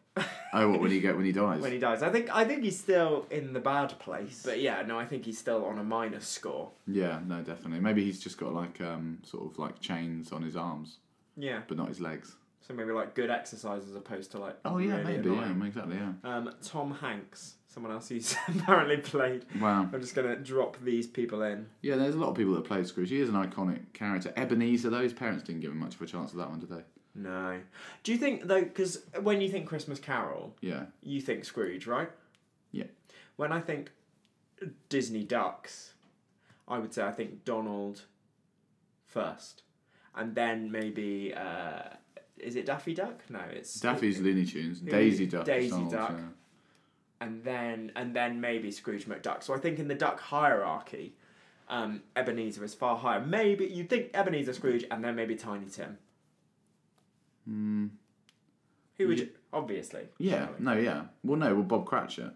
A: Oh, what when he get when he dies?
B: when he dies? I think I think he's still in the bad place. But yeah, no, I think he's still on a minus score.
A: yeah, no, definitely. Maybe he's just got like um sort of like chains on his arms,
B: Yeah.
A: but not his legs.
B: So maybe like good exercise as opposed to like.
A: Oh yeah,
B: really
A: maybe.
B: annoying.
A: Yeah, exactly. Yeah.
B: Um, Tom Hanks, someone else who's apparently played.
A: Wow.
B: I'm just gonna drop these people in.
A: Yeah, there's a lot of people that played Scrooge. He is an iconic character. Ebenezer, though, his parents didn't give him much of a chance of that one, did they?
B: No. Do you think though? Because when you think Christmas Carol,
A: Yeah.
B: you think Scrooge, right?
A: Yeah.
B: When I think Disney Ducks, I would say I think Donald first, and then maybe uh, is it Daffy Duck? No, it's
A: Daffy's Looney Tunes.
B: Who-
A: Daisy Duck. is uh,
B: Daisy
A: Donald's,
B: Duck.
A: yeah.
B: and then and then maybe Scrooge McDuck. So I think in the duck hierarchy, um, Ebenezer is far higher. Maybe you'd think Ebenezer Scrooge, and then maybe Tiny Tim. Who would you, obviously?
A: Hmm, Yeah,
B: surely.
A: no, yeah. Well, no, well, Bob Cratchit,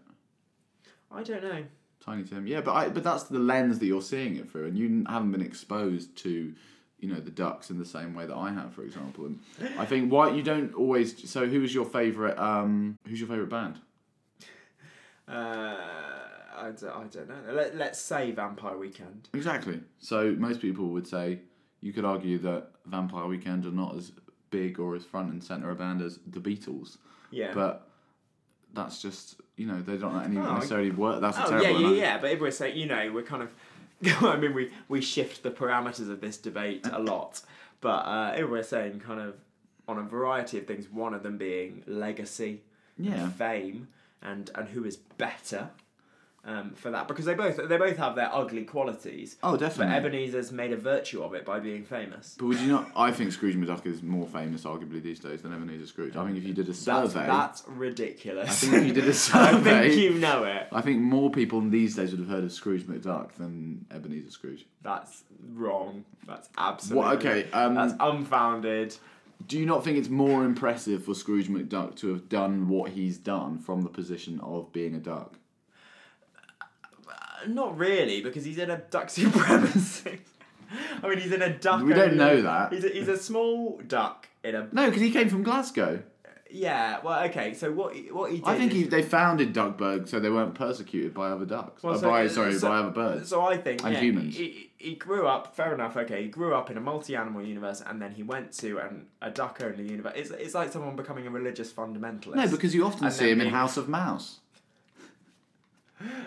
B: I don't know.
A: Tiny Tim. Yeah, but I, but that's the lens that you're seeing it through, and you haven't been exposed to, you know, the ducks in the same way that I have, for example. And I think why you don't always. So, who is your favorite? Um, who's your favorite band?
B: Uh, I, don't, I don't know. Let, let's say Vampire Weekend.
A: Exactly. So most people would say you could argue that Vampire Weekend are not as big or as front and centre a band as the Beatles,
B: Yeah.
A: but that's just you know they don't let any
B: Oh, I-
A: necessarily work. That's a
B: oh yeah,
A: terrible
B: yeah,
A: analogy.
B: yeah. But if we're saying, you know, we're kind of, I mean, we we shift the parameters of this debate a lot. But uh, if we're saying kind of on a variety of things, one of them being legacy, and
A: Yeah.
B: fame, and and who is better. Um, for that because they both they both have their ugly qualities.
A: Oh, definitely.
B: But Ebenezer's made a virtue of it by being famous.
A: But would you not? I think Scrooge McDuck is more famous, arguably, these days than Ebenezer Scrooge. I think if you did a
B: That's,
A: survey,
B: that's ridiculous.
A: I think if you did a
B: I
A: survey,
B: think you know it.
A: I think more people these days would have heard of Scrooge McDuck than Ebenezer Scrooge.
B: That's wrong. That's absolutely.
A: okay, um,
B: that's unfounded.
A: Do you not think it's more impressive for Scrooge McDuck to have done what he's done from the position of being a duck?
B: Not really, because he's in a duck supremacy. I mean, he's in a duck.
A: We don't
B: only-
A: know that.
B: He's a, he's a small duck in a.
A: No, because he came from Glasgow.
B: Yeah. Well, okay. So what? he- What he did?
A: I think he,
B: is-
A: they founded Duckburg so they weren't persecuted by other ducks.
B: Well,
A: Uh,
B: so-
A: by, sorry,
B: so-
A: by other birds.
B: So I think
A: And
B: yeah,
A: humans.
B: He, he grew up. Fair enough. Okay, he grew up in a multi-animal universe, and then he went to an, a duck-only universe. It's, it's like someone becoming a religious fundamentalist.
A: No, because you often
B: And
A: see
B: then
A: him in
B: being-
A: House of Mouse.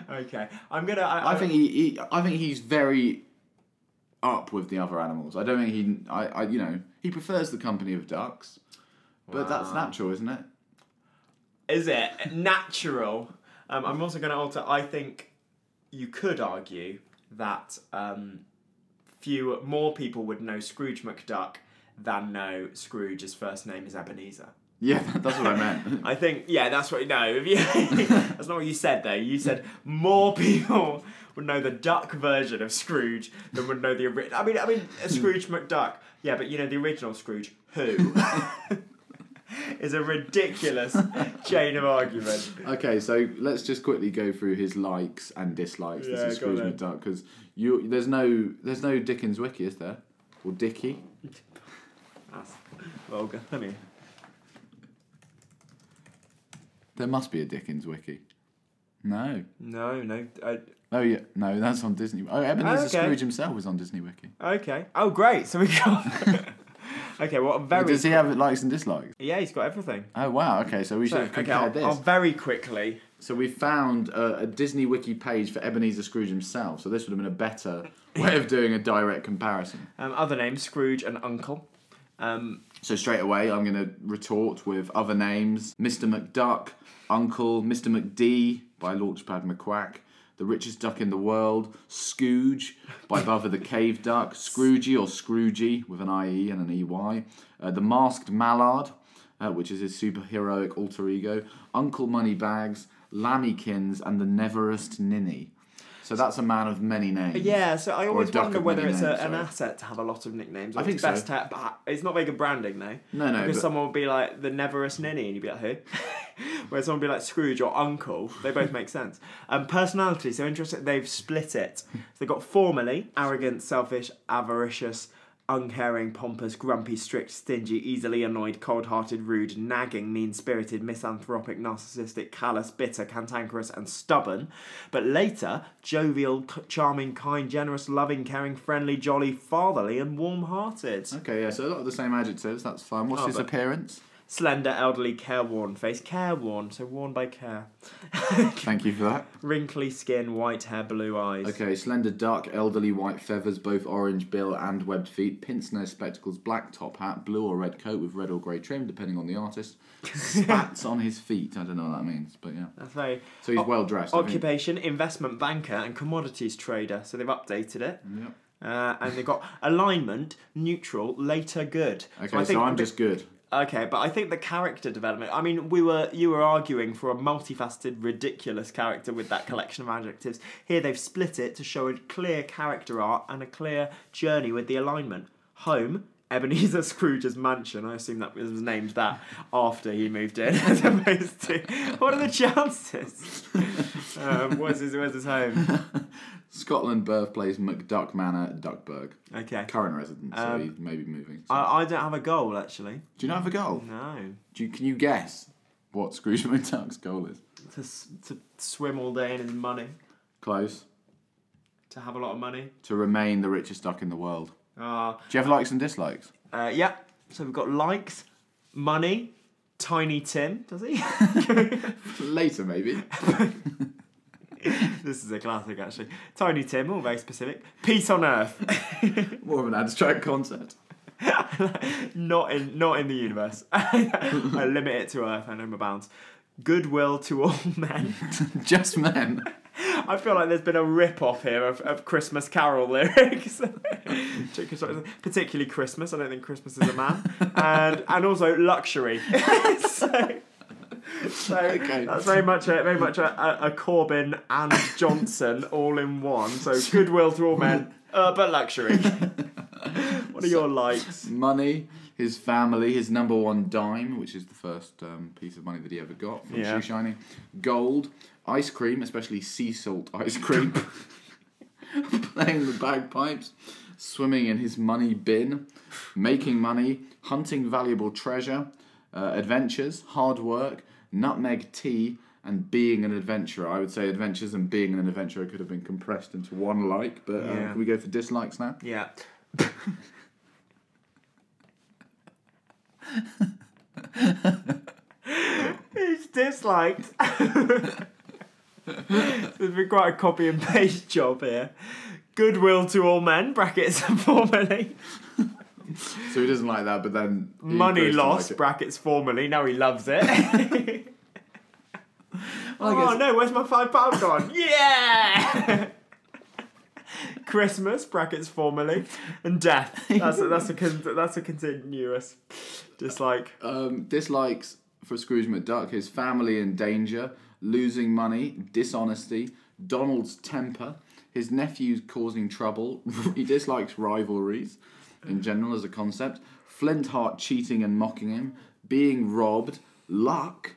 B: okay, I'm gonna. I,
A: I think he, he I think he's very up with the other animals. I don't think he I, I you know, he prefers the company of ducks. But that's natural, isn't it?
B: is it natural? Um, I'm also going to alter. I think you could argue that um, few more people would know Scrooge McDuck than know Scrooge's first name is Ebenezer.
A: Yeah, that, that's what I meant.
B: I think yeah, that's what no. If you, that's not what you said though. You said more people would know the duck version of Scrooge than would know the original. I mean, I mean uh, Scrooge McDuck. Yeah, but you know the original Scrooge who is a ridiculous chain of argument.
A: okay, so let's just quickly go through his likes and dislikes.
B: Yeah,
A: this is
B: go on
A: Scrooge McDuck because you there's no there's no Dickens wiki, is there? Or Dicky?
B: That's vulgar. Let me.
A: There must be a Dickens wiki. No,
B: No, no. I,
A: no, yeah, no. That's on Disney. Oh, Ebenezer
B: Okay.
A: Scrooge himself was on Disney Wiki.
B: okay. Oh, great. So we got. okay. Well, very.
A: Does he have likes and dislikes?
B: Yeah, he's got everything.
A: Oh wow. Okay, so we should
B: So,
A: have
B: okay,
A: compared
B: I'll,
A: this.
B: I'll very quickly.
A: So we found a, a Disney Wiki page for Ebenezer Scrooge himself. So this would have been a better way of doing a direct comparison.
B: Um, other names: Scrooge and Uncle. Um,
A: So straight away, I'm going to retort with other names: Mr. McDuck, Uncle, Mr. McD by Launchpad McQuack, The Richest Duck in the World, Scooge by Bubba the Cave Duck, Scroogey or Scroogey with an IE and an EY, uh, The Masked Mallard, uh, which is his superheroic alter ego, Uncle Moneybags, Lammykins, and the Neverest Ninny. So that's a man of many names.
B: yeah, so I
A: Or a
B: always
A: duck
B: wonder
A: of
B: whether
A: many
B: it's
A: names,
B: a, an
A: sorry.
B: asset to have a lot of nicknames. Or
A: I think
B: it's best
A: so.
B: to ha- it's not very good branding though.
A: No, no,
B: Because
A: but-
B: someone will be like the Neverest Ninny, and you'd be like who? Whereas someone would be like Scrooge or Uncle. They both make sense. Um, personality. So interesting. They've split it. So they've got formally arrogant, selfish, avaricious. Uncaring, pompous, grumpy, strict, stingy, easily annoyed, cold hearted, rude, nagging, mean spirited, misanthropic, narcissistic, callous, bitter, cantankerous, and stubborn. But later, jovial, c- charming, kind, generous, loving, caring, friendly, jolly, fatherly, and warm hearted.
A: Okay, yeah, so a lot of the same adjectives, that's fine. What's
B: Oh,
A: his
B: but-
A: appearance?
B: Slender, elderly, careworn face. Careworn, so worn by care.
A: Thank you for that.
B: Wrinkly skin, white hair, blue eyes.
A: Okay, slender, dark, elderly, white feathers, both orange bill and webbed feet, pince nose spectacles, black top hat, blue or red coat with red or grey trim, depending on the artist. Spats on his feet. I don't know what that means, but yeah.
B: That's very.
A: So he's
B: O-
A: well dressed.
B: Occupation, investment banker, and commodities trader. So they've updated it. Uh, and they've got alignment, neutral, later good.
A: Okay, so, I'm
B: the-
A: just good.
B: Okay, but I think the character development. I mean, we were you were arguing for a multifaceted, ridiculous character with that collection of adjectives. Here they've split it to show a clear character art and a clear journey with the alignment. Home, Ebenezer Scrooge's mansion. I assume that was named that after he moved in, as opposed to what are the chances? um, where's his Where's his home?
A: Scotland birthplace, McDuck Manor, Duckburg.
B: Okay.
A: Current resident, so
B: Um, uh,
A: he's maybe moving. So-
B: I, I don't have a goal actually.
A: Do you not have a goal?
B: No,
A: Do you, can you guess what Scrooge McDuck's goal is?
B: to s- to swim all day in his money,
A: Close.
B: to have a lot of money.
A: To remain the richest duck in the world.
B: Ah.
A: Do you have likes and dislikes?
B: Uh, yeah. So we've got likes, money, Tiny Tim. Does he?
A: Later, maybe.
B: this is a classic, actually. Tiny Tim. All very specific. Peace on Earth.
A: More of an abstract concept.
B: not in not in the universe. I limit it to Earth. I know my bounds. Goodwill to all men.
A: Just men.
B: I feel like there's been a rip off here of, of Christmas Carol lyrics, particularly Christmas. I don't think Christmas is a man, and and also luxury. so, so
A: Okay.
B: that's very much a, very much a, a, a Corbyn and Johnson all in one. So goodwill to all men, uh, but luxury. what are your likes?
A: Money, his family, his number one dime, which is the first um, piece of money that he ever got from
B: Yeah.
A: shoe shining. Gold, ice cream, especially sea salt ice cream. Playing the bagpipes, swimming in his money bin, making money, hunting valuable treasure, uh, adventures, hard work, nutmeg tea, and being an adventurer. I would say adventures and being an adventurer could have been compressed into one like, but uh,
B: Yeah.
A: can we go for dislikes now?
B: Yeah. He's disliked. There's been quite a copy and paste job here. Goodwill to all men, brackets formerly.
A: So he doesn't like that, but then he
B: Money
A: grows to like
B: lost,
A: it.
B: brackets formerly. Now he loves it. oh no, where's my five pound gone? yeah! Christmas, brackets formerly, and death. That's a, that's a, con- that's a continuous dislike.
A: Um, dislikes for Scrooge McDuck his family in danger, losing money, dishonesty, Donald's temper, his nephews causing trouble. he dislikes rivalries in general as a concept, Flint Heart cheating and mocking him, being robbed, luck.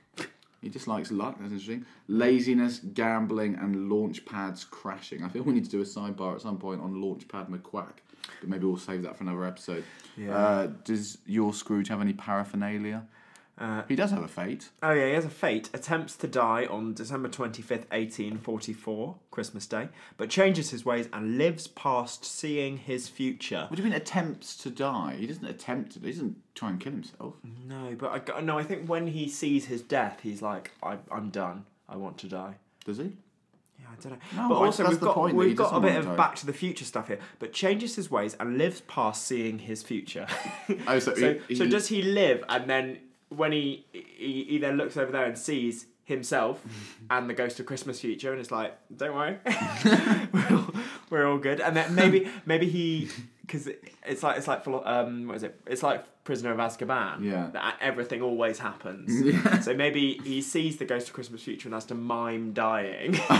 A: He dislikes luck, that's interesting. Laziness, gambling, and launch pads crashing. I feel we need to do a sidebar at some point on Launchpad McQuack, but maybe we'll save that for another episode. Uh, does your Scrooge have any paraphernalia? he does have a fate.
B: Oh yeah, he has a fate. Attempts to die on December 25th, 1844, Christmas Day, but changes his ways and lives past seeing his future.
A: What do you mean attempts to die? He doesn't attempt to. He doesn't try and kill himself.
B: No, but I g- no, I think when he sees his death, he's like, I, I'm done. I want to die.
A: Does he?
B: Yeah, I don't know.
A: No,
B: but
A: I-
B: also,
A: that's
B: we've
A: the
B: got
A: point, that he
B: we've got a
A: doesn't
B: bit
A: want to
B: of
A: die.
B: Back to the Future stuff here, but changes his ways and lives past seeing his future.
A: Oh, so
B: so,
A: he-
B: so
A: he-
B: does he live and then when he, he he then looks over there and sees himself and the ghost of Christmas future and it's like, don't worry, we're, all, we're all good. And then maybe maybe he because it's like it's like philo- um what is it? It's like Prisoner of Azkaban.
A: Yeah.
B: that everything always happens.
A: Yeah.
B: So maybe he sees the ghost of Christmas future and has to mime dying.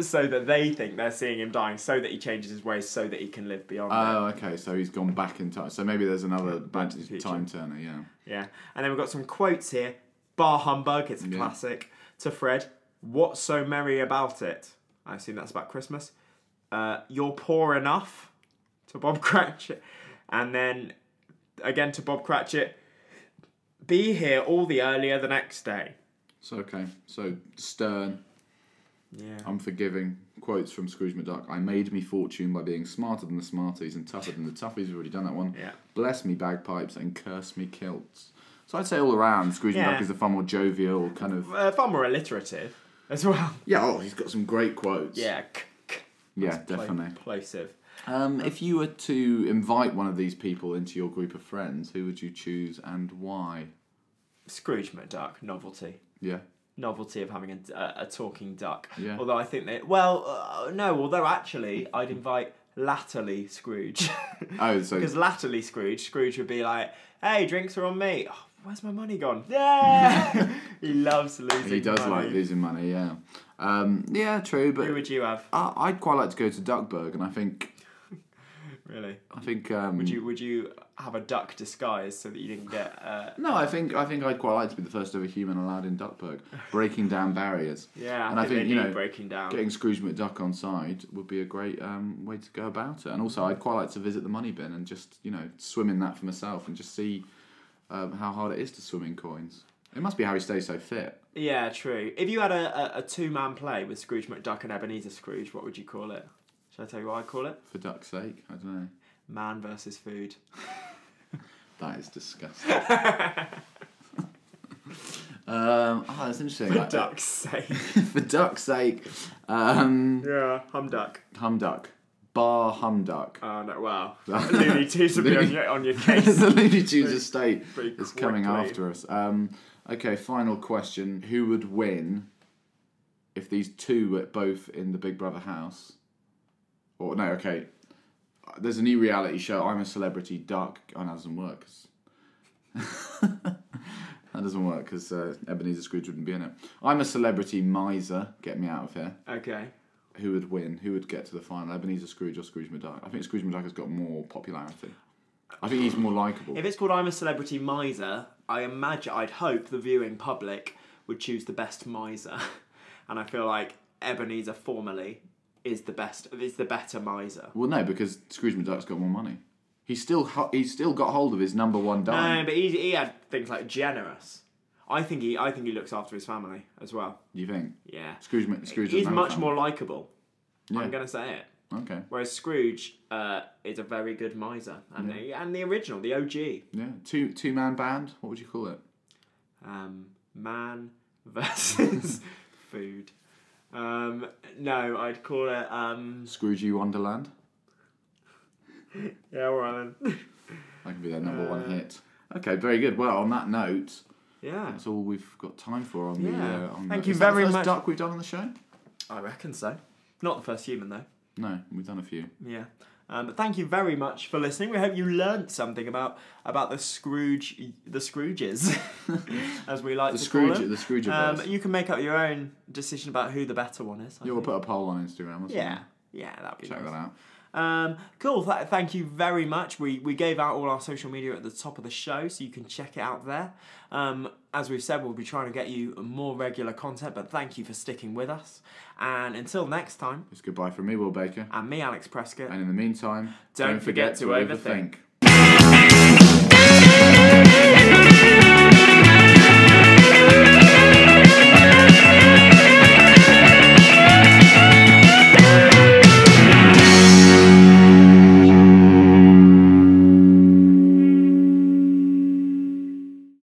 B: so that they think they're seeing him dying, so that he changes his ways, so that he can live beyond. it.
A: Oh, okay. So he's gone back in time. So maybe there's another
B: Back to the
A: bad
B: Future.
A: time turner. Yeah.
B: Yeah. And then we've got some quotes here. Bar humbug, it's a classic. To Fred, what's so merry about it? I assume that's about Christmas. Uh, You're poor enough to Bob Cratchit. And then again to Bob Cratchit, be here all the earlier the next day.
A: So okay. So stern,
B: Yeah.
A: unforgiving. Quotes from Scrooge McDuck. I made me fortune by being smarter than the Smarties and tougher than the Toughies. We've already done that one.
B: Yeah.
A: Bless me bagpipes and curse me kilts. So I'd say all around, Scrooge
B: Yeah.
A: McDuck is a far more jovial kind of.
B: Uh, far more alliterative as well.
A: Yeah. Oh, he's got some great quotes.
B: Yeah. k- k-
A: Yeah,
B: pla-
A: definitely.
B: Plosive.
A: Um, if you were to invite one of these people into your group of friends, who would you choose and why?
B: Scrooge McDuck, novelty.
A: Yeah.
B: novelty of having a, a, a talking duck.
A: Yeah.
B: Although I think that, well, uh, no, although actually, I'd invite Latterly Scrooge.
A: Oh, so
B: Because Latterly Scrooge, Scrooge would be like, hey, drinks are on me. Oh, where's my money gone? Yeah! he loves losing
A: he does
B: money.
A: like losing money. Yeah. Um, yeah, true. But
B: Who would you have,
A: I, I'd quite like to go to Duckburg, and I think
B: really?
A: I think um,
B: Would you, would you have a duck disguise so that you didn't get. Uh,
A: No, I think I think I'd quite like to be the first ever human allowed in Duckburg, breaking down barriers.
B: yeah, I
A: and
B: think,
A: I think
B: they
A: you
B: need
A: know
B: breaking down.
A: getting Scrooge McDuck on side would be a great um, way to go about it. And also, I'd quite like to visit the money bin and just you know swim in that for myself and just see um, how hard it is to swim in coins. It must be how he stays so fit.
B: Yeah, true. If you had a, a, a two man play with Scrooge McDuck and Ebenezer Scrooge, what would you call it? Should I tell you what I'd call it?
A: For duck's sake, I don't know.
B: Man versus food.
A: That is disgusting. um, oh, that's interesting.
B: For
A: Like,
B: duck's sake.
A: for duck's sake. Um,
B: yeah, humduck.
A: humduck. Bar humduck.
B: Oh no! Wow, Looney Tunes would be on your on your case.
A: the Looney Tunes estate
B: pretty
A: is coming
B: quickly.
A: after us. Um, okay, final question. Who would win if these two were both in the Big Brother house? Or, no, okay. There's a new reality show, I'm a Celebrity Duck. Oh, no, that doesn't work. 'cause- that doesn't work because uh, Ebenezer Scrooge wouldn't be in it. I'm a Celebrity Miser. Get me out of here.
B: Okay.
A: Who would win? Who would get to the final? Ebenezer Scrooge or Scrooge McDuck? I think Scrooge McDuck has got more popularity. I think he's more likable.
B: If it's called "I'm a Celebrity Miser," I imagine, I'd hope the viewing public would choose the best miser, and I feel like Ebenezer formerly is the best, is the better miser.
A: Well, no, because Scrooge McDuck's got more money. He's still ho- he's still got hold of his number one dime.
B: No, Um, but he, he had things like generous. I think he, I think he looks after his family as well.
A: Do you think
B: Yeah,
A: Scrooge Mc- Scrooge?
B: he's
A: doesn't have a
B: much
A: family.
B: more likable.
A: Yeah.
B: I'm gonna say it.
A: Okay.
B: Whereas Scrooge uh, is a very good miser, and the, and the original, the OG.
A: Yeah. Two two man band. What would you call it?
B: um, man versus food. Um, no, I'd call it. Um,
A: Scroogey Wonderland.
B: yeah, all right then.
A: That could be their number
B: Uh,
A: one hit. Okay, very good. Well, on that note,
B: yeah,
A: that's all we've got time for on
B: Yeah.
A: the. Uh, on
B: Thank
A: the,
B: you
A: is that
B: very
A: the first
B: much.
A: Duck we've done on the show.
B: I reckon so. Not the first human though.
A: No, we've done a few.
B: Yeah. Um, but thank you very much for listening. We hope you learnt something about about the Scrooge, the Scrooges, as we like
A: The
B: to
A: Scrooge,
B: call them.
A: the Scrooge.
B: Um, you can make up your own decision about who the better one is. I
A: yeah, we'll
B: think.
A: put a poll on Instagram. Or something.
B: yeah, yeah, that'd be
A: Check
B: nice.
A: that out.
B: Um, cool. Th- thank you very much. We we gave out all our social media at the top of the show, so you can check it out there. Um, as we've said, we'll be trying to get you more regular content, but thank you for sticking with us. And until next time,
A: It's goodbye from me, Will Baker.
B: and me, Alex Prescott.
A: And in the meantime,
B: Don't forget to overthink.